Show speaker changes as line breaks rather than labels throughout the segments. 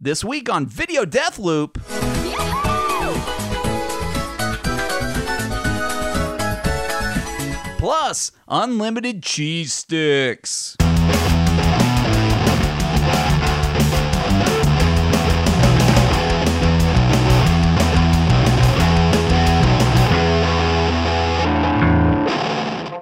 This week on Video Death Loop. Plus, unlimited cheese sticks.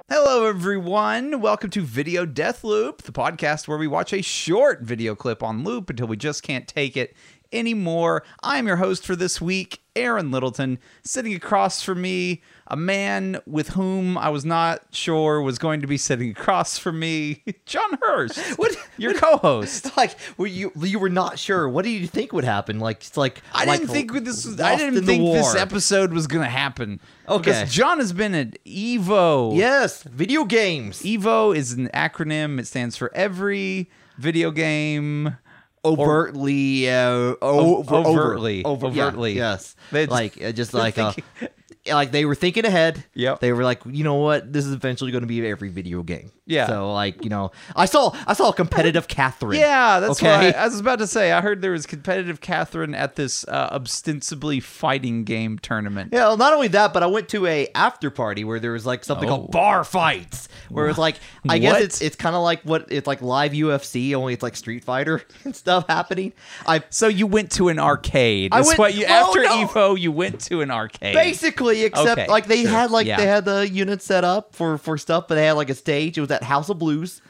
Hello, everyone. Welcome to Video Death Loop, the podcast where we watch a short video clip on loop until we just can't take it anymore. I'm your host for this week, Aaron Littleton. Sitting across from me, a man with whom I was not sure was going to be sitting across from me, John Hurst.
What-
Your co host.
It's like were you you were not sure. What did you think would happen? Like it's like
I didn't
like
think this was, I
lost in
didn't
the
think this
war.
episode was going to happen.
Okay.
Because John has been at Evo.
Yes, video games.
Evo is an acronym. It stands for every video game
overtly, uh, o-
Ov- overtly.
over- yeah,
Overtly.
yes.
They just-
like uh, just
they're
like uh,
thinking-
like they were thinking ahead.
Yep.
They were like, you know what? This is eventually going to be every video game.
Yeah.
So like you know, I saw I saw a competitive Catherine.
Yeah, that's
okay?
what I, I was about to say. I heard there was competitive Catherine at this uh, ostensibly fighting game tournament.
Yeah, well, not only that, but I went to a after party where there was like something
Oh.
called bar fights, where it was like I
What?
guess it's it's kind of like what it's like live UFC, only it's like Street Fighter and stuff happening. I
So you went to an arcade.
I
is
went-
what you
Oh,
after
no.
Evo, you went to an arcade.
basically, except
Okay,
like they
sure,
had like
yeah.
they had the unit set up for for stuff, but they had like a stage. It was at House of Blues.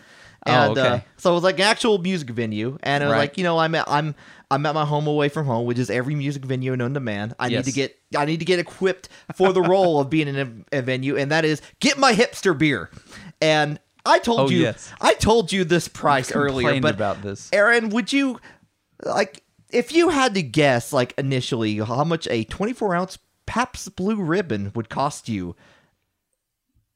Oh,
And uh,
okay.
so it was like an actual music venue, and it was
Right.
like you know I'm at, I'm I'm at my home away from home, which is every music venue known to man. I
Yes.
need to get I need to get equipped for the role of being in a, a venue, and that is get my hipster beer. And I told
Oh,
you
yes.
I told you this price earlier,
Complained
but
about this.
Aaron, would you like if you had to guess like initially how much a 24 ounce Pabst Blue Ribbon would cost you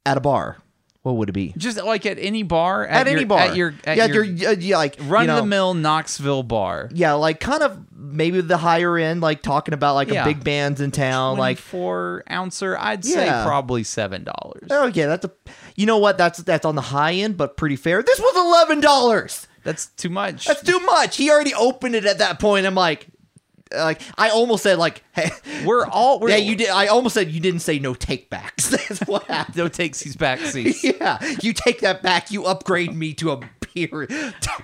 at a bar? What would it be?
Just like at any bar,
At, any
your-
bar,
at your, at
yeah,
your,
your, uh, yeah, like you
run the
know,
mill Knoxville bar,
yeah, like kind of maybe the higher end, like talking about like
Yeah.
a big band's in town,
like
like
four ouncer, I'd say
Yeah.
probably seven dollars.
oh yeah, that's a, you know what, that's that's on the high end, but pretty fair. This was eleven dollars.
That's too much.
That's too much. He already opened it at that point. I'm like, like I almost said like, hey,
we're all we're,
yeah, you did. I almost said you didn't say no take backs. That's what happened.
No takesies, backseats.
yeah, you take that back. You upgrade me to a beer,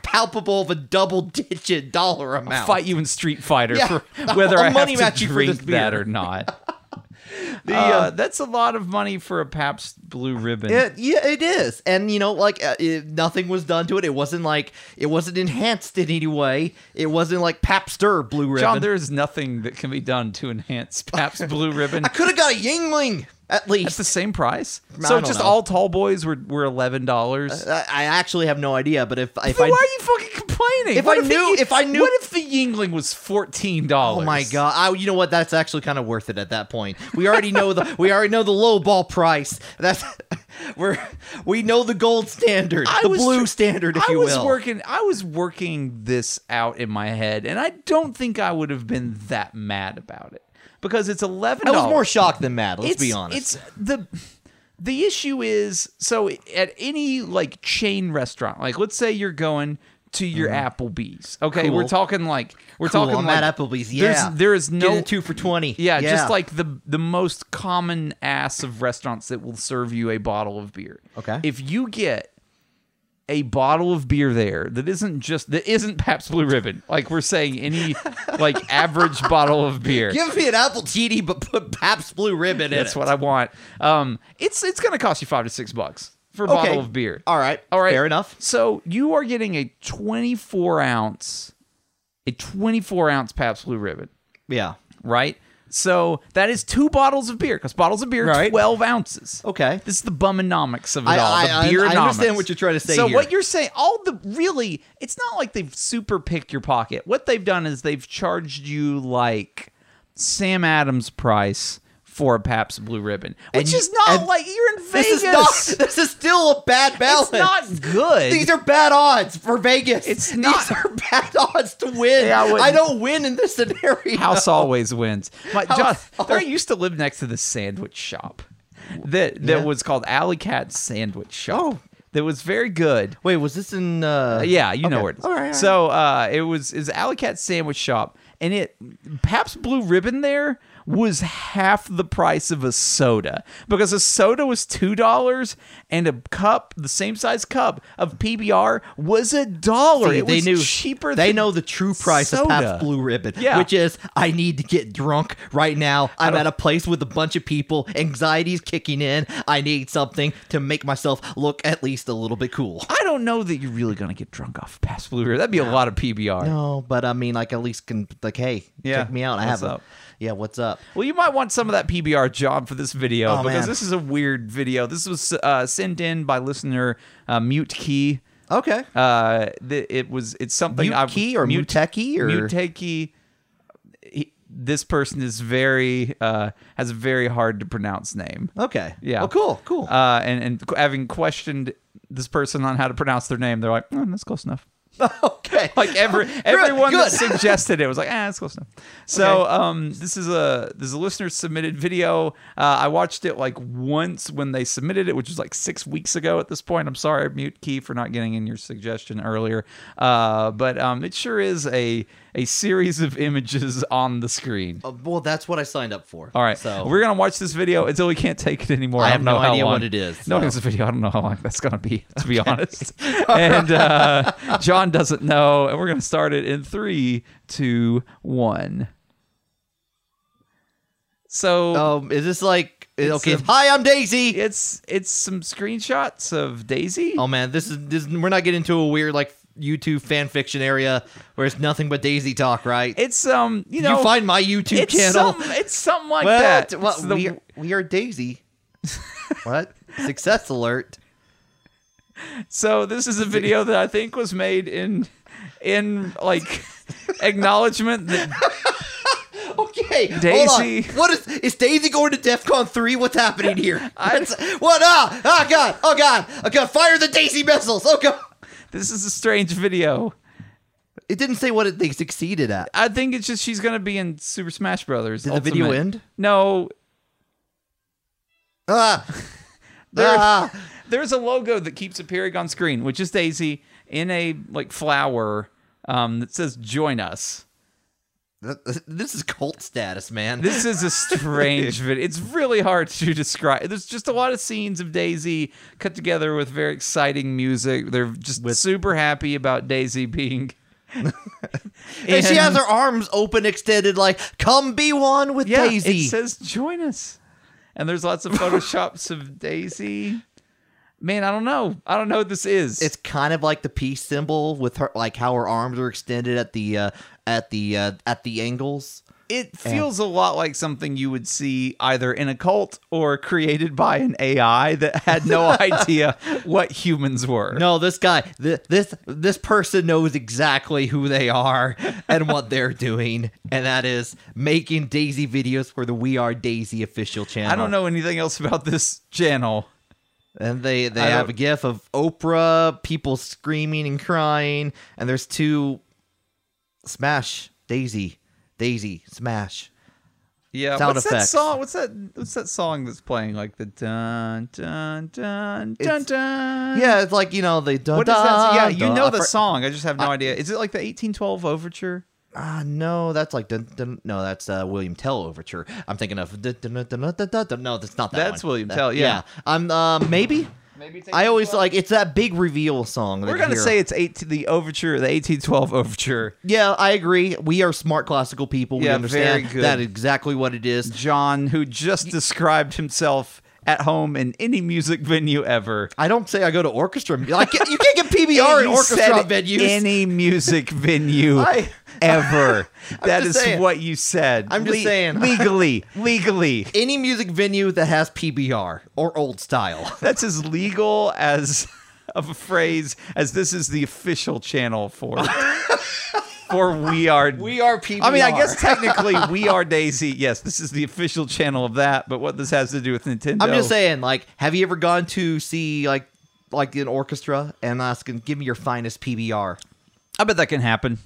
palpable of a double digit dollar amount.
fight you in Street Fighter
Yeah.
for whether
I'll
I
money
have
match
to
you for this
drink that
beer.
or not.
The,
uh,
uh,
that's a lot of money for a Pabst Blue Ribbon.
It, yeah, it is, and you know, like uh, it, nothing was done to it. It wasn't like it wasn't enhanced in any way. It wasn't like Papster Blue Ribbon.
John, there is nothing that can be done to enhance Pabst Blue Ribbon
I could have got a Yingling at least.
at the same price.
I
So
don't
just
know.
all tall boys were were eleven dollars.
I I actually have no idea, but if if
Why are
I
you fucking complaining?
If
What
I knew-
the-
if I knew-
what if the Yingling was fourteen dollars?
Oh my god! I, you know what? That's actually kind of worth it at that point. We already know the we already know the low ball price. That's we're we know the gold standard,
I
the
was
blue
tr-
standard, if
I
you
was
will.
working. I was working this out in my head, and I don't think I would have been that mad about it because it's eleven.
I was more shocked than mad. Let's
it's,
be honest.
It's the the issue is so at any like chain restaurant, like let's say you're going to your Applebee's. Okay, we're
Mm-hmm. Cool.
talking like we're
Cool,
talking
I'm
like
at Applebee's.
there's-
Yeah,
there is no
Get a two for twenty.
yeah, just like the the most common ass of restaurants that will serve you a bottle of beer.
Okay.
If you get a bottle of beer there that isn't just that isn't Pabst Blue Ribbon, like we're saying any like average bottle of beer.
give me an apple TD, but put Pabst Blue Ribbon in
That's
it.
what I want. Um, it's it's gonna cost you five to six bucks for a
okay.
bottle of beer.
All right.
All right,
Fair enough.
So you are getting a twenty four ounce, a twenty four ounce Pabst Blue Ribbon,
Yeah.
right? So that is two bottles of beer because bottles of beer are
Right.
twelve ounces.
Okay.
This is the bummonomics of it
I-
all.
I- I-
the beer
I understand what you're trying to say
So
here.
what you're saying, all the really, it's not like they've super picked your pocket. What they've done is they've charged you like Sam Adams price for a Pabst Blue Ribbon, which
And you-
is not
and
like you're in Vegas.
This is not. This is still a bad balance.
it's not good.
These are bad odds for Vegas.
It's not-
These are bad odds to win.
Yeah, I wouldn't-
I don't win in this scenario.
House always wins. My John,
House
there I used to live next to the sandwich shop that that
Yeah.
was called Alley Cat Sandwich Shop.
Oh,
that was very good.
Wait, was this in? Uh,
Uh, yeah, you know
okay.
where it is.
All right, all right.
So uh, it was is Alley Cat Sandwich Shop, and it Pabst Blue Ribbon there was half the price of a soda because a soda was two dollars and a cup, the same size cup of PBR was a dollar.
See,
It
they
was
knew
cheaper.
They
than
know the true price of
soda.
Pabst Blue Ribbon,
Yeah.
which is I need to get drunk right now. I'm at a place with a bunch of people. Anxiety's kicking in. I need something to make myself look at least a little bit cool.
I don't know that you're really gonna get drunk off Pabst Blue Ribbon. That'd be a lot of PBR.
No, but I mean, like at least can like, hey,
Yeah,
check me out. I
what's
have a
up?
yeah. What's up?
Well, you might want some of that PBR job for this video
Oh,
because
man.
this is a weird video. This was uh, sent in by listener uh, Mute Key.
Okay,
Uh, th- it was it's something I-
Muteki or
Mute-
Muteki or
Muteki. He- This person is very uh, has a very hard to pronounce name.
okay,
Yeah.
Oh, Well, cool, cool.
Uh, and and having questioned this person on how to pronounce their name, they're like, "Mm, that's close enough.
okay,
Like every everyone that
good.
suggested it was like, ah, it's close enough. So um, this is a this is a listener submitted video. Uh, I watched it like once when they submitted it, which was like six weeks ago at this point. I'm sorry, mute key for not getting in your suggestion earlier. Uh, but um, it sure is a a series of images on the screen.
Uh, well, that's what I signed up for.
All right,
so
we're gonna watch this video until we can't take it anymore.
I
don't
have
know
no
how
idea
long.
what it is,
No,
so.
it's a video. I don't know how long that's gonna be, to be honest. and uh, John doesn't know, and we're gonna start it in three, two, one. So
um, is this like okay?
a-
Hi, I'm Daisy.
it's it's some screenshots of Daisy.
Oh man, this is this. We're not getting into a weird like YouTube fan fiction area where it's nothing but Daisy talk, right?
It's um, you
you
know,
find my YouTube
it's
channel.
something, it's something like
Well,
that.
t- well,
It's the-
we, are, we are Daisy. what success alert?
So this is a video that I think was made in in like acknowledgement that
Okay,
Daisy.
Hold on. What is is Daisy going to DefCon three? What's happening here? What's- what? Ah! Ah! God! Oh God! Oh God! Fire the Daisy missiles! Oh God!
this is a strange video.
It didn't say what it, they succeeded at.
I think it's just she's gonna be in Super Smash Brothers.
Did the video
Ultimate.
end?
No,
Ah!
There-
ah!
there's a logo that keeps appearing on screen, which is Daisy in a like flower um, that says "Join Us."
This is cult status, man.
This is a strange video. It's really hard to describe. There's just a lot of scenes of Daisy cut together with very exciting music. They're just super happy about Daisy being.
And she
in-
has her arms open, extended, like "Come be one with
Yeah,
Daisy."
it says join us. And there's lots of photoshops of Daisy. Man, I don't know. I don't know what this is.
it's kind of like the peace symbol with her, like how her arms are extended at the uh, at the uh, at the angles.
it feels a lot like something you would see either in a cult or created by an AI that had no idea what humans were.
No, this guy, th- this this person knows exactly who they are and what they're doing, and that is making Daisy videos for the We Are Daisy official channel.
I don't know anything else about this channel.
And they they
I
have
don't-
a gif of Oprah, people screaming and crying, and there's two smash Daisy, Daisy smash.
Yeah,
Sound
what's that
effects.
song? What's that? What's that song that's playing? Like the dun dun dun dun
It's-
dun.
Yeah, it's like you know they dun,
What is that? Yeah, you know the
the
song. I just have no idea. Is it like the 1812 overture?
Ah, no, that's like dun, dun, no, that's uh, William Tell overture. I'm thinking of dun, dun, dun, dun, dun, dun, dun. no, that's not that.
That's
one.
William
That-
Tell, yeah.
I'm uh, maybe.
Maybe it's
I always
1812.
like it's that big reveal song. that
We're
you
gonna
hear.
say it's eight the overture, the eighteen twelve overture.
yeah. I agree. We are smart classical people. we
Yeah, very
understand
good.
that exactly what it is.
John, who just described himself at home in any music venue ever.
I don't say I go to orchestra. I can't, you can't get PBR in
He said
orchestra venues.
Any music venue
I-
ever. that
just
is
saying.
what you said.
I'm just saying.
legally, legally.
any music venue that has PBR or old style.
That's as legal as of a phrase as this is the official channel for for we are
We are PBR.
I mean, I guess technically we are Daisy. Yes, this is the official channel of that. But what this has to do with Nintendo?
I'm just saying. Like, have you ever gone to see like like an orchestra and asking, "Give me your finest PBR"?
I bet that can happen.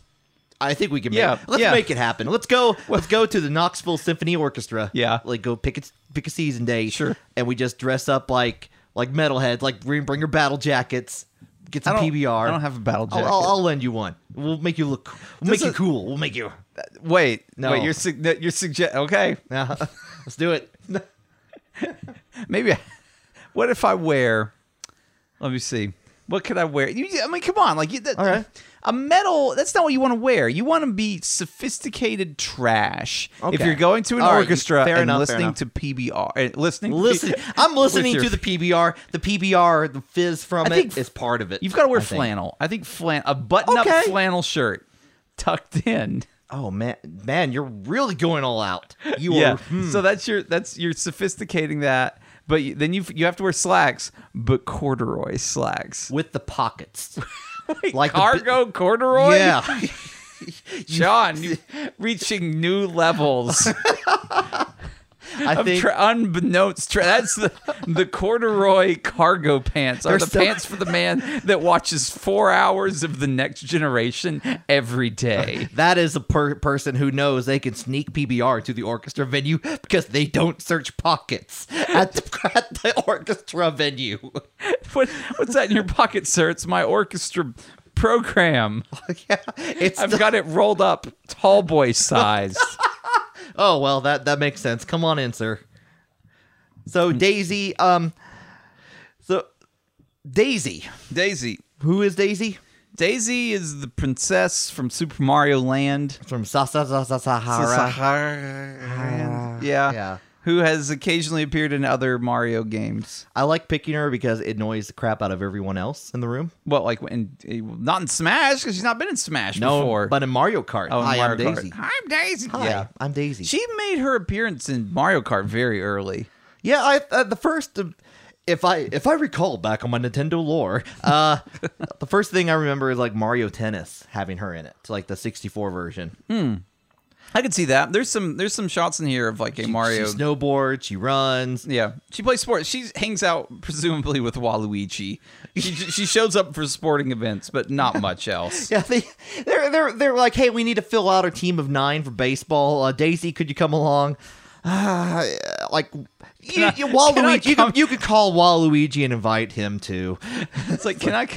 I think we can. Make,
Yeah,
let's
yeah.
make it happen. Let's go. Let's go to the Knoxville Symphony Orchestra.
Yeah.
like go pick a pick a season day.
Sure.
and we just dress up like like metalheads, like bring bring your battle jackets, get
I
some
don't-
PBR.
I don't have a battle
I'll-
jacket.
I'll, I'll lend you one. We'll make you look. We'll
This
make you
is-
cool. We'll make you.
wait,
No.
wait. You're sug- no, you're suggest. Okay,
Yeah, let's do it.
maybe. I- what if I wear? Let me see. What could I wear? You, I mean, come on, like you, that,
All right.
a metal. That's not what you want to wear. You want to be sophisticated trash. If
Okay.
you're going to an
All right,
orchestra
fair
and
enough, fair
listening
enough.
to PBR, and eh, listening, to-
Listen, I'm listening
with
to
your-
the PBR. The PBR, the fizz
I
from it
think-
is part of it.
You've got to wear
I think.
flannel. I think flan a button-up
Okay.
flannel shirt tucked in.
Oh man, man, you're really going all out. You
yeah.
are. hmm.
So that's your that's you're sophisticating that, but you, then you you have to wear slacks, but corduroy slacks,
with the pockets.
like
like the bi-
cargo corduroy.
yeah.
John, you- reaching new levels
I
of
think
tra- unbeknownst. Tra- that's the the corduroy cargo pants are
They're
the
so-
pants for the man that watches four hours of the Next Generation every day.
that is a per- person who knows they can sneak PBR to the orchestra venue because they don't search pockets at the, at the orchestra venue.
What, what's that in your pocket, sir? It's my orchestra program.
yeah, it's
I've
the-
got it rolled up, tall boy size.
oh well, that that makes sense. Come on in, sir.
Hmm.
So Daisy, um, so Daisy,
Daisy.
who is Daisy
Daisy is the princess from Super Mario Land.
from Sa Sa Sa Sa Sahara?
Sahara. Uh, Yeah.
Yeah.
Who has occasionally appeared in other Mario games.
I like picking her because it annoys the crap out of everyone else in the room.
Well, like, in, eh, not in Smash, because she's not been in Smash
No,
before.
but in Mario Kart,
Oh, in
hi,
Mario
I'm
Kart.
Daisy.
I'm Daisy.
Hi,
yeah.
I'm Daisy.
She made her appearance in Mario Kart very early.
Yeah, I uh, the first uh, if I if I recall back on my Nintendo lore, uh, the first thing I remember is like Mario Tennis having her in it, like the 64 version.
Hmm. I could see that. There's some there's some shots in here of like a Mario
She snowboards, she runs.
Yeah, she plays sports. She hangs out presumably with Waluigi. She, she shows up for sporting events, but not much else.
Yeah, they they're they're they're like, hey, we need to fill out our team of nine for baseball. Uh, Daisy, could you come along? Uh, like you,
I-
you,
can I
Waluigi, you,
come-
could, you could call Waluigi and invite him too.
It's like, can I?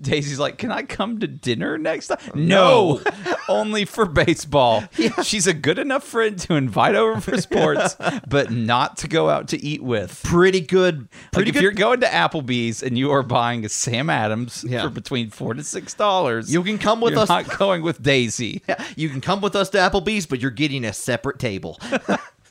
Daisy's like, can I come to dinner next time? No, only for baseball. She's a good enough friend to invite over for sports, but not to go out to eat with.
Pretty good,
Like
pretty
if
good.
you're going to Applebee's and you are buying a Sam Adams
Yeah.
for between four to six dollars,
You can come with
you're
us.
Not going with Daisy.
Yeah, you can come with us to Applebee's, but you're getting a separate table.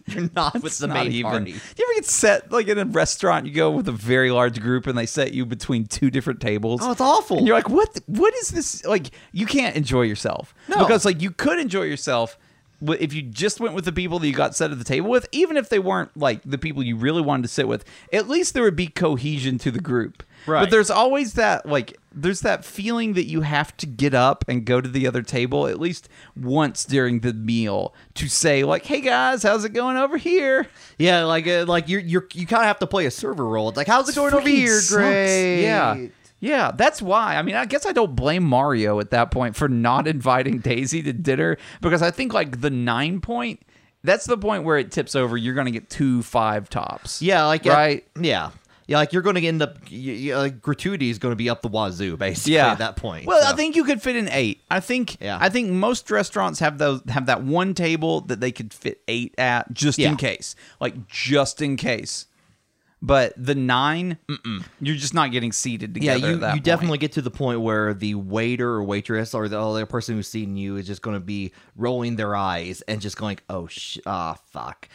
you're not with
It's
the
not
main
even-
party.
You ever get set like in a restaurant? You go with a very large group, and they set you between two different tables.
Oh, it's awful.
And you're like, what? th- What is this? Like, you can't enjoy yourself.
No.
because like you could enjoy yourself. w- If you just went with the people that you got set at the table with, even if they weren't like the people you really wanted to sit with, at least there would be cohesion to the group.
Right.
But there's always that like there's that feeling that you have to get up and go to the other table at least once during the meal to say like, "Hey guys, how's it going over here?"
Yeah, like uh, like you're you're you kind of have to play a server role. It's like, how's it going over
Freaking
here?
sucks.
Great.
Yeah. Yeah, that's why. I mean, I guess I don't blame Mario at that point for not inviting Daisy to dinner because I think like the nine point, that's the point where it tips over. You're going to get two five tops.
Yeah, like uh,
right.
yeah. Yeah, like you're going to end up y y- uh, gratuity is going to be up the wazoo basically
yeah.
at that point.
Well, I
so.
think you could fit in eight. I think.
Yeah.
I think most restaurants have those have that one table that they could fit eight at just in
Yeah.
case, like just in case. But the nine, mm-mm, you're just not getting seated
yeah,
together.
you,
at that
you
point.
definitely get to the point where the waiter or waitress or the other person who's seeing you is just going to be rolling their eyes and just going, "Oh, sh- ah, fuck."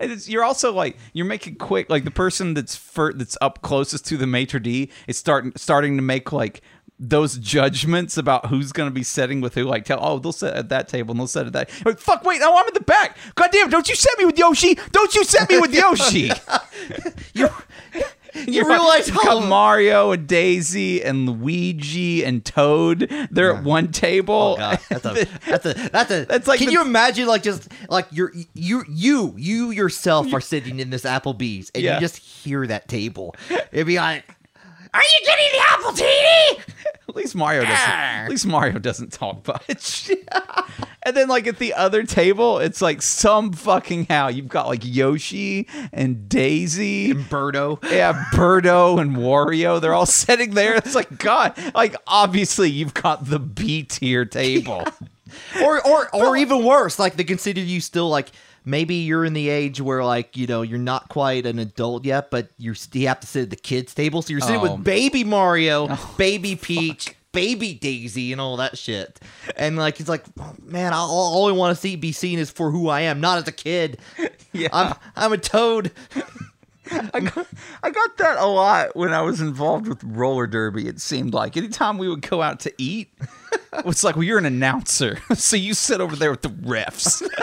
And it's, you're also like you're making quick like the person that's fir- that's up closest to the maitre d is starting starting to make like those judgments about who's going to be sitting with who like tell oh they'll sit at that table and they'll sit at that like fuck wait no I'm in the back god damn don't you set me with Yoshi don't you set me with Yoshi you you
realize how-
Mario and Daisy and Luigi and Toad they're at one table
Oh god, that's a that's a that's a
That's like
Can
the-
you imagine like just like you're you you you yourself are sitting in this Applebee's and
Yeah.
you just hear that table? It'd be like,
Are you getting the apple teeny?
At least Mario doesn't. At least Mario doesn't talk much. and then like at the other table, it's like some fucking how you've got like Yoshi and Daisy.
Birdo.
yeah, Birdo and Wario, they're all sitting there. It's like, God, like obviously you've got the B tier table.
or or or even worse, like they consider you still like maybe you're in the age where like you know you're not quite an adult yet, but you s- you have to sit at the kids table, so you're sitting
Oh.
with baby Mario, baby Peach. Baby Daisy and all that shit, and like it's like, oh, man, all, all I want to see be seen is for who I am, not as a kid.
Yeah.
I'm I'm a toad.
I got, I got that a lot when I was involved with roller derby. It seemed like anytime we would go out to eat, it's like, well, you're an announcer, so you sit over there with the refs.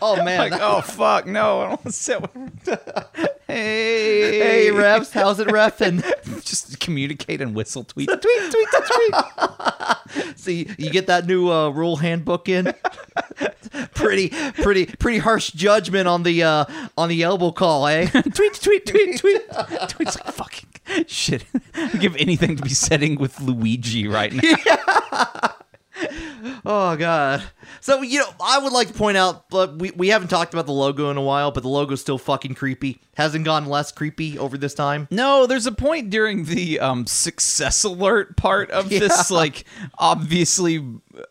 Oh man,
like, oh fuck, no, I don't want to sit with. hey,
hey refs, how's it refing?
just communicate and whistle, tweet, tweet, tweet, tweet.
See, you get that new uh, rule handbook in. pretty, pretty, pretty harsh judgment on the uh, on the elbow call, eh?
tweet, tweet, tweet, tweet. Tweet's like fucking shit. I'd give anything to be sitting with Luigi right now.
oh god. So you know, I would like to point out, but we we haven't talked about the logo in a while, but the logo's still fucking creepy. Hasn't gone less creepy over this time.
No, there's a point during the um, success alert part of this, like obviously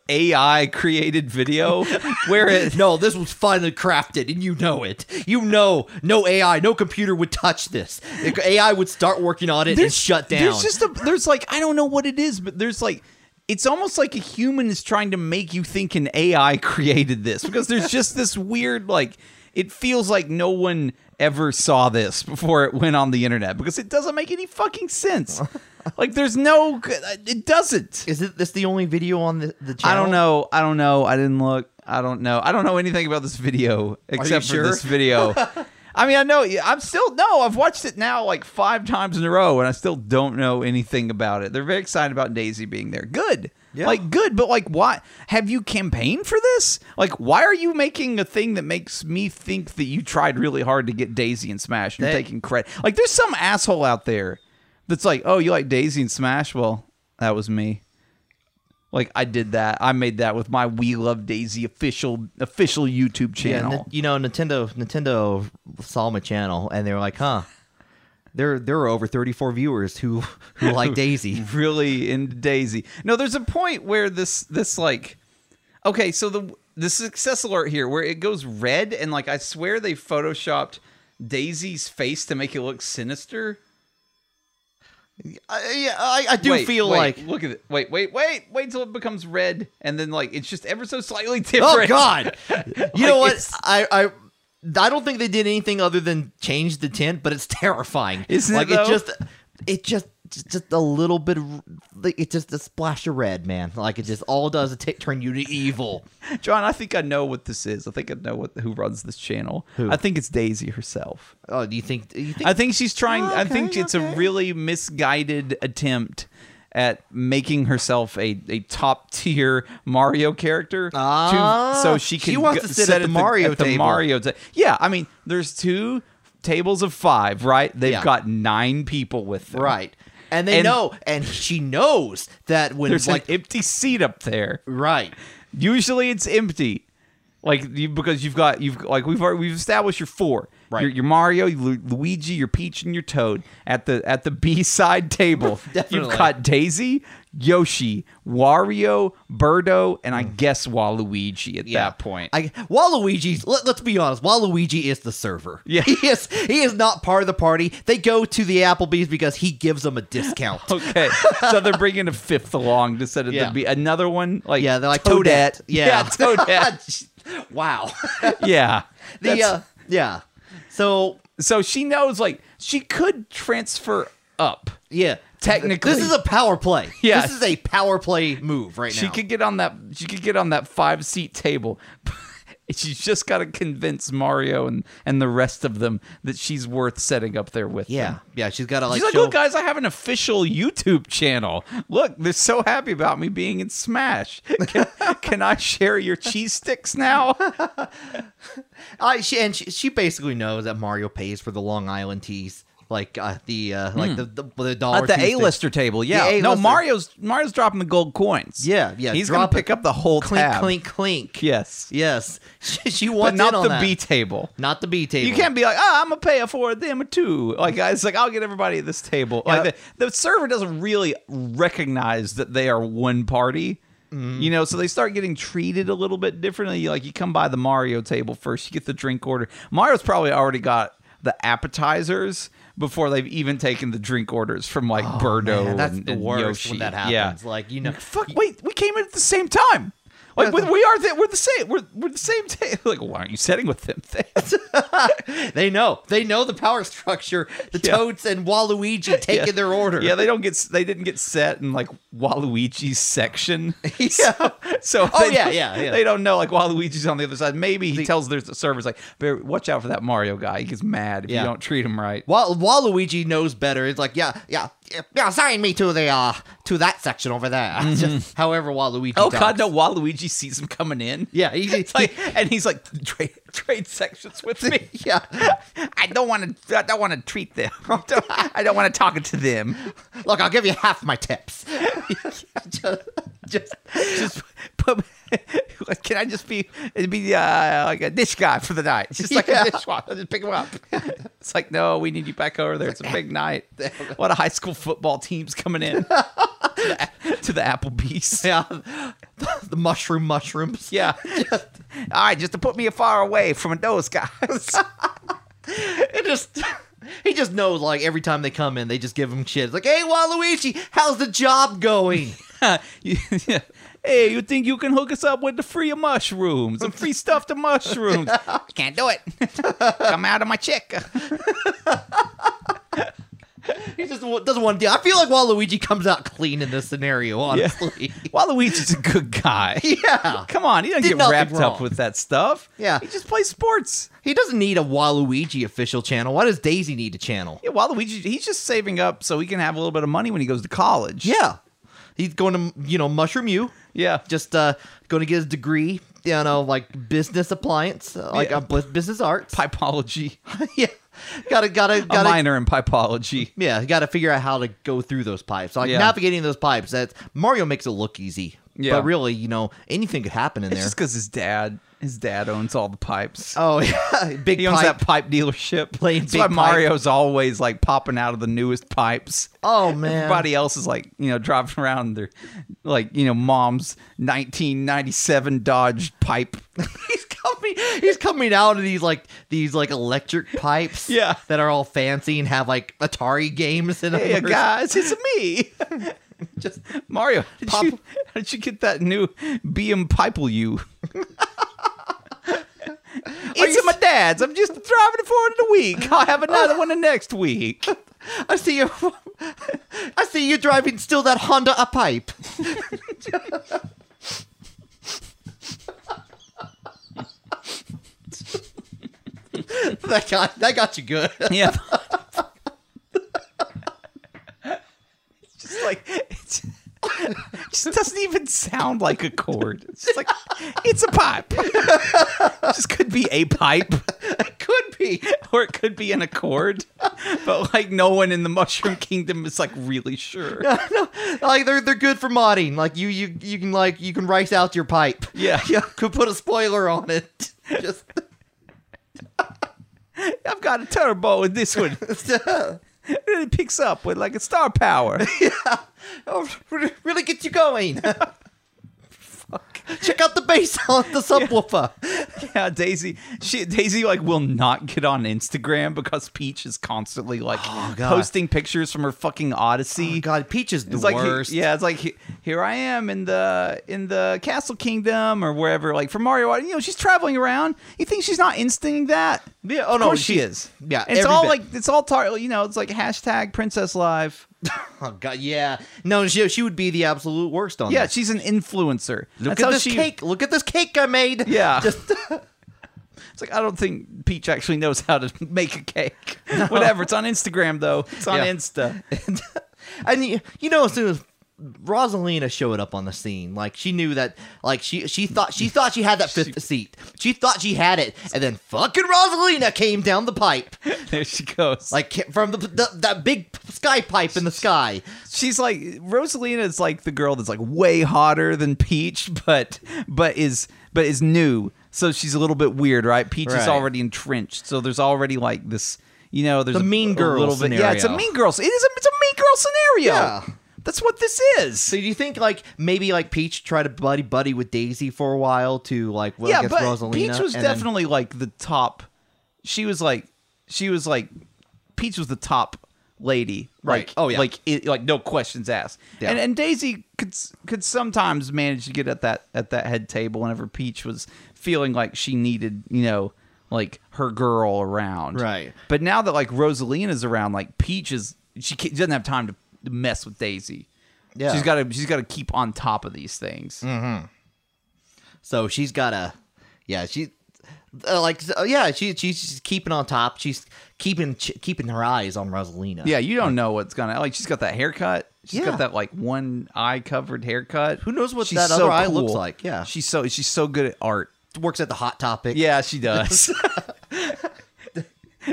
AI created video, where it
No, this was finally crafted, and you know it. You know, no AI, no computer would touch this. The AI would start working on it and shut down.
There's just a there's like I don't know what it is, but there's like it's almost like a human is trying to make you think an AI created this because there's just this weird like it feels like no one ever saw this before it went on the internet because it doesn't make any fucking sense. Like there's no it doesn't.
Is it this the only video on the, the
I
channel?
don't know. I don't know. I didn't look. I don't know. I don't know anything about this video except for
sure?
this video. I mean, I know. I'm still no. I've watched it now like five times in a row, and I still don't know anything about it. They're very excited about Daisy being there. Good.
Yeah.
Like good, but like why have you campaigned for this? Like why are you making a thing that makes me think that you tried really hard to get Daisy and Smash and you're
That-
taking credit? Like there's some asshole out there that's like, "Oh, you like Daisy and Smash? Well, that was me." Like I did that. I made that with my We Love Daisy official official YouTube
Yeah,
channel.
Ni- you know, Nintendo Nintendo saw my channel and they were like, "Huh, there there are over 34 viewers who who like Daisy."
really into Daisy. No, there's a point where this this like okay, so the the success alert here where it goes red and like I swear they photoshopped Daisy's face to make it look sinister.
I, yeah, I, I do
Wait,
feel
wait,
like,
look at it. Wait, wait, wait, wait till it becomes red and then like it's just ever so slightly
oh
different.
god, you know what?
it's-
I I. I don't think they did anything other than change the tint, but it's terrifying.
Isn't it,
like
though?
just, it just, just, just a little bit, of, like, it's just a splash of red, man. Like it just all it does is t- turn you to evil.
John, I think I know what this is. I think I know what who runs this channel.
Who?
I think it's Daisy herself.
Oh, do you think? Do you think?
I think she's trying. I think
Okay,
it's a
okay.
really misguided attempt at making herself a, a top tier Mario character. to-
Ah,
so she
she
can
wants
go-
to sit at the
at
Mario
at the
table.
Mario ta- yeah, I mean, there's two tables of five, right? They've
Yeah.
got nine people with them.
Right. And they
And-
know, and she knows that when
There's
like
an empty seat up there.
right,
Usually it's empty. Like you, because you've got you've like we've already, we've established your four.
Right.
Your, your Mario, your Lu- Luigi, your Peach, and your Toad at the at the B side table.
Definitely.
You've got Daisy, Yoshi, Wario, Birdo, and I guess Waluigi at that point.
Mm. I Waluigi's. Let, let's be honest, Waluigi is the server.
Yeah.
he is. He is not part of the party. They go to the Applebee's because he gives them a discount.
okay, so they're bringing a fifth along to set it
Yeah.
to be another one. Like
Yeah, they're like
Toadette.
Toadette.
yeah, Toadette.
wow.
yeah,
the uh, yeah. So
so she knows like she could transfer up.
yeah,
Technically-
this is a power play.
Yeah.
this is a power play move right
She
now.
could get on that. She could get on that five seat table. She's just got to convince Mario and, and the rest of them that she's worth setting up there with.
yeah,
them.
yeah. She's got to like
she's like,
show.
look, guys, I have an official YouTube channel. Look, they're so happy about me being in Smash. Can, can I share your cheese sticks now?
I she and she, she basically knows that Mario pays for the Long Island teas. like uh, the uh, like the the, the dollar
At the
Tuesday.
A-lister table, yeah.
The
no,
A-lister.
Mario's Mario's dropping the gold coins.
Yeah, yeah.
He's gonna
drop it.
pick up the whole
clink,
tab.
clink, clink.
Yes,
Yes, she, she
but
wants
not
in on
the
that.
B table.
not the B table.
You can't be like, oh, I'm gonna pay it for them a two. Like
Mm-hmm.
it's like I'll get everybody at this table. Like the, the server doesn't really recognize that they are one party.
Mm-hmm.
You know, so they start getting treated a little bit differently. Like you come by the Mario table first, you get the drink order. Mario's probably already got the appetizers before they've even taken the drink orders from like Birdo
Oh, Man, that's
and,
the
and
worst
Yoshi.
when that
Yeah.
happens. Like you know,
Fuck! Wait, we came in at the same time. Like
Yeah,
we- we are, the, we're the same. We're, we're the same table. Like, why aren't you sitting with them?
They know. They know the power structure. The
Yeah.
Toads and Waluigi taking
Yeah.
their order.
Yeah, they don't get. They didn't get set in like Waluigi's section.
Yeah.
So, so
Oh,
they
yeah,
don't-
yeah, yeah.
They don't know like Waluigi's on the other side. Maybe he tells their servers like, "Bear- "Watch out for that Mario guy. He gets mad if
Yeah.
you don't treat him right."
Wal- Waluigi knows better. It's like, yeah, yeah, yeah, yeah, assign me to the uh to that section over there. Just however Waluigi.
Mm-hmm. Oh
talks.
God, no! Waluigi sees him coming in.
Yeah, he-
It's like, and he's like, "Trade, trade sections with me."
Yeah,
I don't want to. I don't want to treat them. I don't, want to talk to them.
look, I'll give you half my tips. just, just
just put can I just be it'd be uh, like a dish guy for the night? Just like
Yeah.
a dishwasher. Just pick him up. It's like, no, we need you back over there. It's a big night. A lot of high school football teams coming in to the, to the Applebee's.
yeah, the mushroom mushrooms.
Yeah. All right, just to put me far away from those guys.
It just he just knows like every time they come in, they just give him shit. It's like, hey Waluigi, how's the job going?
Hey, you think you can hook us up with the free mushrooms, the free stuffed mushrooms? I can't do it. Come out of my check.
He just wa- doesn't want to deal. I feel like Waluigi comes out clean in this scenario, honestly.
Waluigi's a good guy.
Yeah.
Come on, he doesn't
Did
get
nothing
wrapped
wrong.
up with that stuff.
Yeah.
He just plays sports.
He doesn't need a Waluigi official channel. Why does Daisy need a channel?
Yeah, Waluigi, he's just saving up so he can have a little bit of money when he goes to college.
Yeah. He's going to, you know, Mushroom U.
Yeah.
Just uh going to get his degree, you know, like business appliance, uh, like
Yeah.
uh, bus- business arts.
Pipology.
yeah. Got to got to
A
got to
minor in pipology.
Yeah, got to figure out how to go through those pipes. Like
Yeah.
navigating those pipes. That's Mario makes it look easy.
Yeah.
But really, you know, anything could happen in
It's
there.
just because his dad, his dad owns all the pipes.
oh, yeah. Big
he owns
pipe.
that pipe dealership.
Playing
That's
big
why
pipe.
Mario's always like popping out of the newest pipes.
Oh man.
Everybody else is like, you know, driving around in their, like, you know, mom's 1997 Dodge pipe.
he's coming he's coming out of these like these like electric pipes
Yeah.
that are all fancy and have like Atari games in them.
Hey
or-
guys, it's me.
Just
Mario, did
Pop-
you, how did you get that new BM Piple you? it's
you
at my dad's. I'm just driving it for in a week. I'll have another one the next week.
I see you I see you driving still that Honda a pipe. that got that got you good.
Yeah. It's just like it's, it just doesn't even sound like a chord. It's just like it's a pipe. just could be a pipe. It could be, or it could be an accord. But like no one in the Mushroom Kingdom is like really sure.
like they're they're good for modding. Like you you you can like you can rice out your pipe.
Yeah.
You could put a spoiler on it. Just
I've got a turbo with this one. It really picks up with like a star power.
Oh, re- really get you going. Fuck. Check out the bass on the subwoofer.
yeah, Daisy. She Daisy like will not get on Instagram because Peach is constantly like
Oh, God.
posting pictures from her fucking Odyssey.
Oh, God, Peach is the
It's like he-
worst.
yeah, it's like he- here I am in the in the Castle Kingdom or wherever. Like for Mario, you know, she's traveling around. You think she's not insting that?
Yeah, oh,
of
no,
course she,
she-
is.
yeah,
it's
every
all
bit.
like it's all tar- you know, it's like hashtag Princess Live.
Oh God, yeah. No, she, she would be the absolute worst on
Yeah,
that.
she's an influencer.
Look
That's
at
how
this
she-
cake. Look at this cake I made.
Yeah.
Just
It's like I don't think Peach actually knows how to make a cake. Whatever. It's on Instagram though. It's on
Yeah.
Insta.
and you, you know as soon as Rosalina showed up on the scene. Like she knew that. Like she she thought she thought she had that fifth seat. She thought she had it, and then fucking Rosalina came down the pipe,
There she goes.
like ca- from the, the that big sky pipe in the sky.
she's like Rosalina is like the girl that's like way hotter than Peach, but but is but is new, so she's a little bit weird, right? Peach is
Right.
already entrenched, so there's already like this, you know, there's
The
a,
mean
a
girl
little bit, yeah, it's a
scenario.
mean girl. It is a it's a mean girl scenario.
Yeah.
that's what this is.
So do you think like maybe like Peach tried to buddy buddy with Daisy for a while to like well
yeah,
against
but
Rosalina?
Peach was
and then-
definitely like the top. She was like, she was like, Peach was the top lady,
Right.
Like,
Oh, yeah.
like it, like no questions asked.
Yeah.
And and Daisy could s- could sometimes manage to get at that at that head table whenever Peach was feeling like she needed, you know, like her girl around,
Right.
But now that like Rosalina's around, like Peach is she ca- doesn't have time to mess with Daisy.
Yeah. Mm-hmm.
She's got to she's got to keep on top of these things.
So she's got a, yeah, she, uh, like, so- yeah, she, she's just keeping on top. She's keeping ch- keeping her eyes on Rosalina.
Yeah, you don't know what's gonna like. She's got that haircut. She's
Yeah.
got that like one eye covered haircut. Who
knows what that other eye looks like? Yeah.
she's so she's so good at art.
works at the Hot Topic.
Yeah, she does.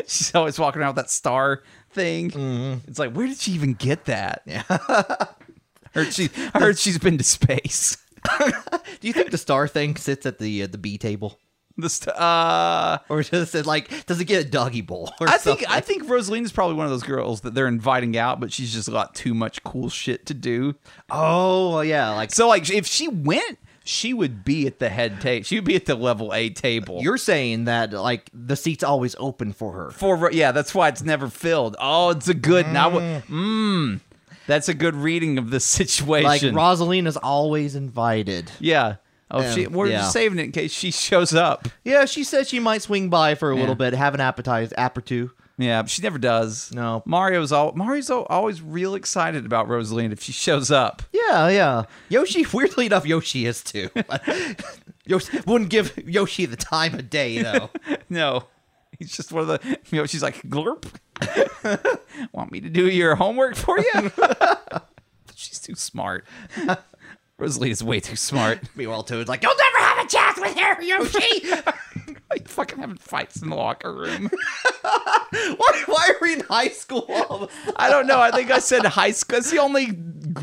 she's always walking around with that star thing.
Mm-hmm.
It's like, where did she even get that? Yeah, heard she I heard she's been to space.
Do you think the star thing sits at the uh, the B table,
The st- uh,
or does it like does it get a doggy bowl? Or
I think I
something?
think Rosalina's probably one of those girls that they're inviting out, but she's just got too much cool shit to do.
Oh well, yeah, like
So like if she went, she would be at the head table. She would be at the level A table.
you're saying that like the seat's always open for her.
for yeah, that's why it's never filled. Oh, it's a good. Now, mm. that's a good reading of this
Like
situation.
Rosalina's always invited.
yeah. Oh,
Yeah.
she, we're
Yeah.
just saving it in case she shows up.
Yeah, she said she might swing by for a
Yeah.
little bit, have an appetizer, app or two.
Yeah, but she never does.
No.
Mario's all Mario's al- always real excited about Rosalina if she shows up.
Yeah, yeah. Yoshi, weirdly enough, Yoshi is too. Yoshi wouldn't give Yoshi the time of day though.
No, he's just one of the. You know, she's like glurp. Want me to do your homework for you? she's too smart. Rosalie is way too smart.
Meanwhile, Toad's like,
You'll never have a chance with her, Yoshi!
like fucking having fights in the locker room.
why, why are we in high school? all of a-
I don't know. I think I said high school. It's the only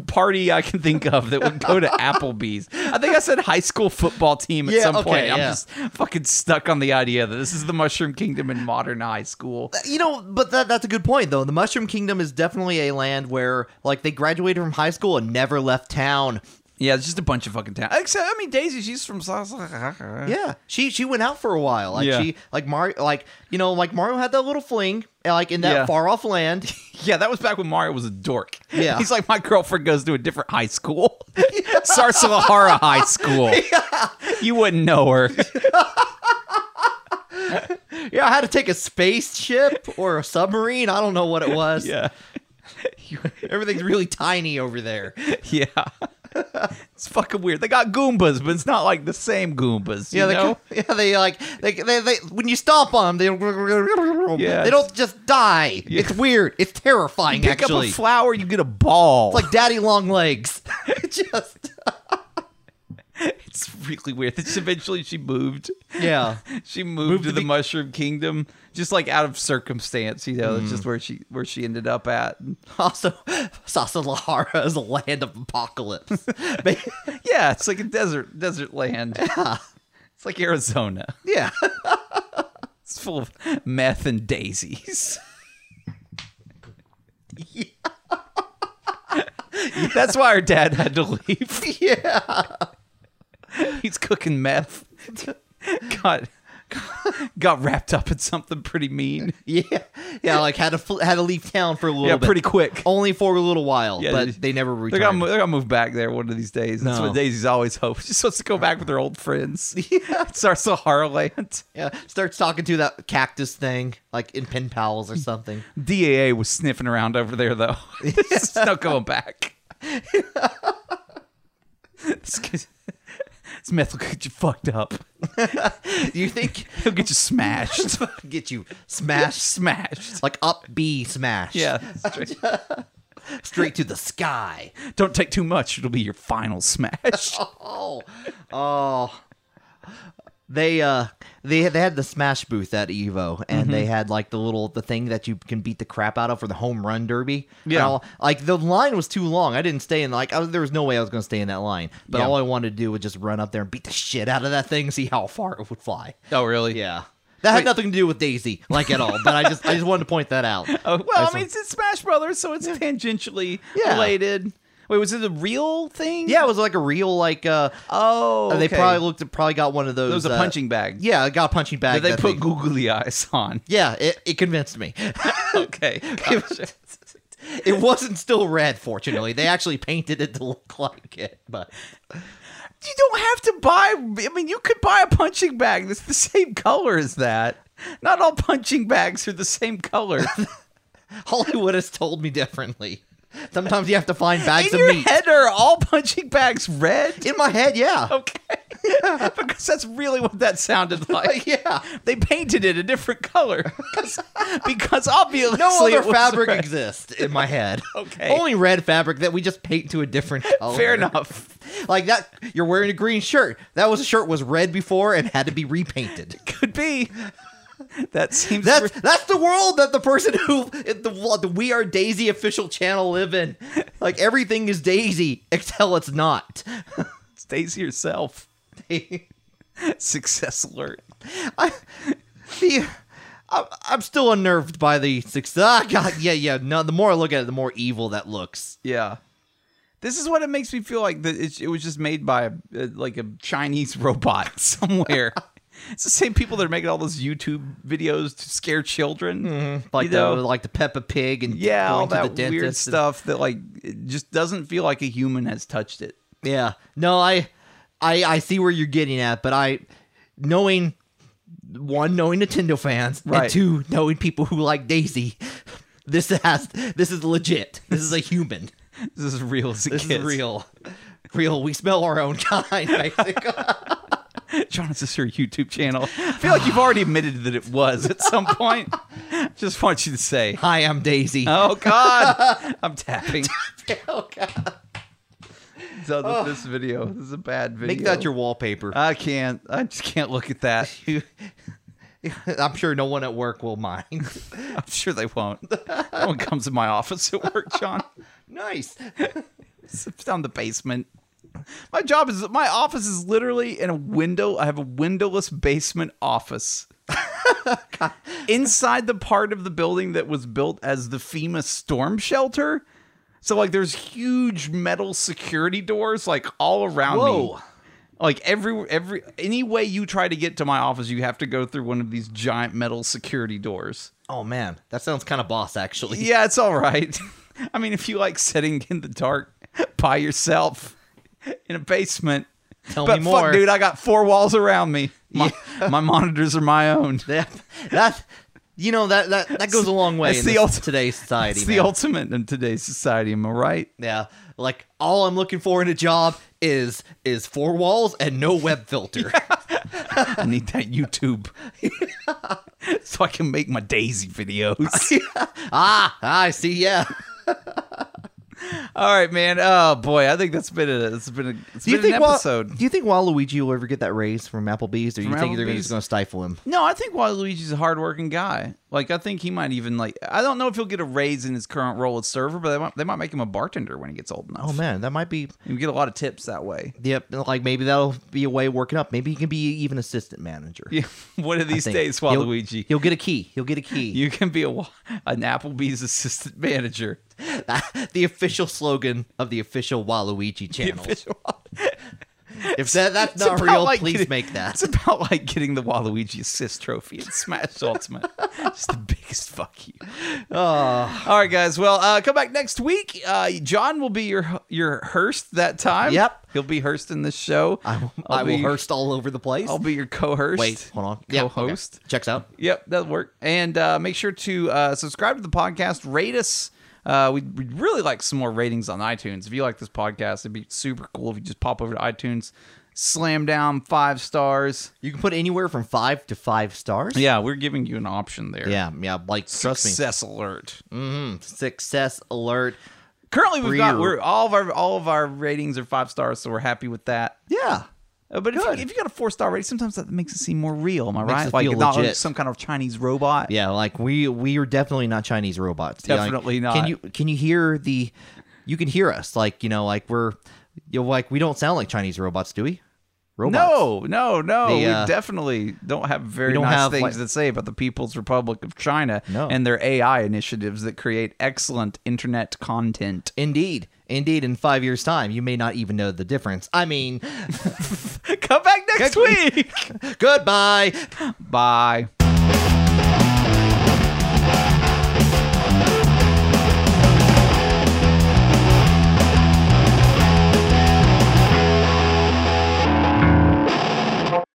party I can think of that would go to Applebee's. I think I said high school football team at
Yeah,
some
okay,
point. I'm
yeah.
just fucking stuck on the idea that this is the Mushroom Kingdom in modern high school.
you know, but that, that's a good point though. The Mushroom Kingdom is definitely a land where like they graduated from high school and never left town.
Yeah, it's just a bunch of fucking town. Except, I mean, Daisy, she's from. Yeah,
Yeah, she she went out for a while. Like
Yeah.
she like Mario like you know like Mario had that little fling and, like in that
Yeah.
far off land.
Yeah, that was back when Mario was a dork.
Yeah.
He's like, my girlfriend goes to a different high school. Sarsalahara High School. You wouldn't know her.
yeah, I had to take a spaceship or a submarine. I don't know what it was.
Yeah.
Everything's really tiny over there.
Yeah. It's fucking weird. They got Goombas, but it's not like the same Goombas.
Yeah,
you
they,
know?
yeah, they like they, they, they when you stomp on them, they
Yeah.
they don't just die.
Yeah.
It's weird. It's terrifying.
Pick
actually,
up a flower, you get a ball.
it's like daddy long legs. just
it's really weird. It's eventually she moved.
yeah,
She moved, to
to
the
be-
Mushroom Kingdom, just like out of circumstance, you know.
Mm.
That's just where she where she ended up at.
also Sasalahara is a land of apocalypse. Ba-
Yeah, it's like a desert desert land. It's like Arizona.
yeah,
It's full of meth and daisies. That's why her dad had to leave.
yeah.
He's cooking meth. Got got wrapped up in something pretty mean.
Yeah, yeah, like had to fl- had to leave town for a little
Yeah,
bit.
pretty quick.
Only for a little while,
Yeah,
but they never returned.
They're gonna, mo- they're gonna move back there one of these days. That's
No.
what Daisy's always hoped. She just wants to go back with her old friends. It's our Sahara land.
Yeah, starts talking to that cactus thing, like in pen pals or something.
DAA was sniffing around over there though. it's not going back. this, kid- this meth will get you fucked up.
Do you think
It'll get you smashed.
get you smashed,
smashed.
like up B smash?
Yeah. that's right.
straight to the sky.
Don't take too much. It'll be your final smash.
Oh, oh. They uh they they had the smash booth at Evo and
Mm-hmm.
they had like the little the thing that you can beat the crap out of for the home run derby. And
Yeah.
all- like the line was too long. I didn't stay in like I was, there was no way I was going to stay in that line. But
Yeah.
all I wanted to do was just run up there and beat the shit out of that thing, see how far it would fly.
oh, really?
Yeah. That had nothing to do with Daisy like at all, but I just I just wanted to point that out.
Oh, well, I
saw-
mean, it's, it's Smash Brothers, so it's tangentially
Yeah.
related. Wait, was it a real thing?
Yeah, it was like a real like uh
Oh,
they
okay.
probably looked at probably got one of those
It was a
uh,
punching bag.
Yeah, I got a punching bag.
Did they
that
put
they-
googly eyes on?
Yeah, it, it convinced me.
okay. Gotcha.
It wasn't still red, fortunately. They actually painted it to look like it, but
you don't have to buy. I mean, you could buy a punching bag that's the same color as that. Not all punching bags are the same color.
Hollywood has told me differently. Sometimes you have to find bags
In
of
your
meat.
head are all punching bags red?
In my head, yeah.
Okay. because that's really what that sounded like.
Yeah.
They painted it a different color. Because, because obviously.
No
it
other
was
fabric
red.
exists in my head.
Okay.
Only red fabric that we just paint to a different color.
Fair enough.
Like that you're wearing a green shirt. That was a shirt was red before and had to be repainted.
Could be. That seems.
That's that's the world that the person who the, the We Are Daisy official channel live in. Like everything is Daisy, until it's not.
Stacy herself.
I,
Success alert.
the, I, I'm still unnerved by the success. Ah, God, yeah, yeah. No, the more I look at it, the more evil that looks.
Yeah. This is what it makes me feel like that it, it was just made by a, like a Chinese robot somewhere. it's the same people that are making all those YouTube videos to scare children.
Mm-hmm. Like
You
the
know?
like the Peppa Pig and
yeah, all
going to
that
the dentist
weird
and-
stuff that like it just doesn't feel like a human has touched it.
yeah, no, I, I, I see where you're getting at, but I, knowing one, knowing Nintendo fans,
Right.
and two, knowing people who like Daisy, this has this is legit. This is a human.
This is real as it
This
gets.
is real. Real, we smell our own kind, basically.
John, is this your YouTube channel? I feel like you've already admitted that it was at some point. just want you to say,
Hi, I'm Daisy.
"Oh God, I'm tapping."
oh, God.
Done with this video. This is a bad video.
Oh. Make that your wallpaper.
I can't. I just can't look at that.
I'm sure no one at work will mind.
I'm sure they won't. No one comes in my office at work, John.
nice.
It's down the basement. My job is my office is literally in a window. I have a windowless basement office. Inside the part of the building that was built as the FEMA storm shelter. So like there's huge metal security doors like all around me.
Whoa.
Like every every any way you try to get to my office, you have to go through one of these giant metal security doors.
Oh man, that sounds kind of boss actually.
Yeah, it's all right. I mean, if you like sitting in the dark by yourself in a basement,
Tell
but
me more.
fuck, dude, I got four walls around me. My, my monitors are my own.
That, that you know that that, that goes a long way
That's
in
the
this-
ultimate-
today's society.
It's the
man.
ultimate in today's society. Am I right?
yeah, like all I'm looking for in a job is is four walls and no web filter.
I need that YouTube so I can make my Daisy videos.
ah, I see. Yeah.
all right, man. Oh boy, I think that's been a it's been a it's been an
Wa-
episode.
do you think Waluigi will ever get that raise from Applebee's, or do you
From
think they're
Applebee's?
just going to stifle him?
No, I think Waluigi's a hardworking guy. Like, I think he might even like. I don't know if he'll get a raise in his current role as server, but they might, they might make him a bartender when he gets old enough.
Oh man, that might be.
you get a lot of tips that way.
Yep, like maybe that'll be a way of working up. Maybe he can be even assistant manager.
Yeah, one of
I
these
think.
days,
He'll-
Waluigi,
He'll get a key. He'll get a key.
you can be a wa- an Applebee's assistant manager.
the official slogan of the official Waluigi channel. if that, that's
It's
not
about
real,
like
please
getting-
make that.
It's about like getting the Waluigi assist trophy in Smash Ultimate. Just the biggest fuck you.
Ah.
All right, guys. Well, uh, come back next week. Uh, John will be your your Hearst that time.
Yep.
he'll be Hearst in this show.
I will,
I'll
I
be
will
your-
hearse all over the place.
I'll be your co-host.
Wait, hold on. Yeah, okay.
Co-host.
Checks out.
Yep, that'll work. And uh, make sure to uh, subscribe to the podcast, rate us. Uh, we'd, we'd really like some more ratings on iTunes. If you like this podcast, it'd be super cool if you just pop over to iTunes, slam down five stars.
You can put anywhere from five to five stars.
Yeah, we're giving you an option there.
Yeah, yeah. Like, trust me.
Success alert.
Mm, Success alert.
Currently, we've got
Rear.
we're all of our all of our ratings are five stars, so we're happy with that.
Yeah.
Uh, but if you,
Good.
if you got a four star rating, sometimes that makes it seem more real. Am I
Makes
right?
it
Like
feel
it's not like
legit.
some kind of Chinese robot.
Yeah, like we we are definitely not Chinese robots. Yeah, like,
Definitely not.
Can you can you hear the you can hear us like, you know, like we're you know, like we don't sound like Chinese robots, do we? Robots.
No, no, no.
The,
we
uh,
definitely don't have very
we don't
nice
have,
things
like-
to say about the People's Republic of China
No.
and their AI initiatives that create excellent internet content.
Indeed. Indeed, in five years' time, you may not even know the difference. I mean,
Come back next week.
goodbye.
Bye.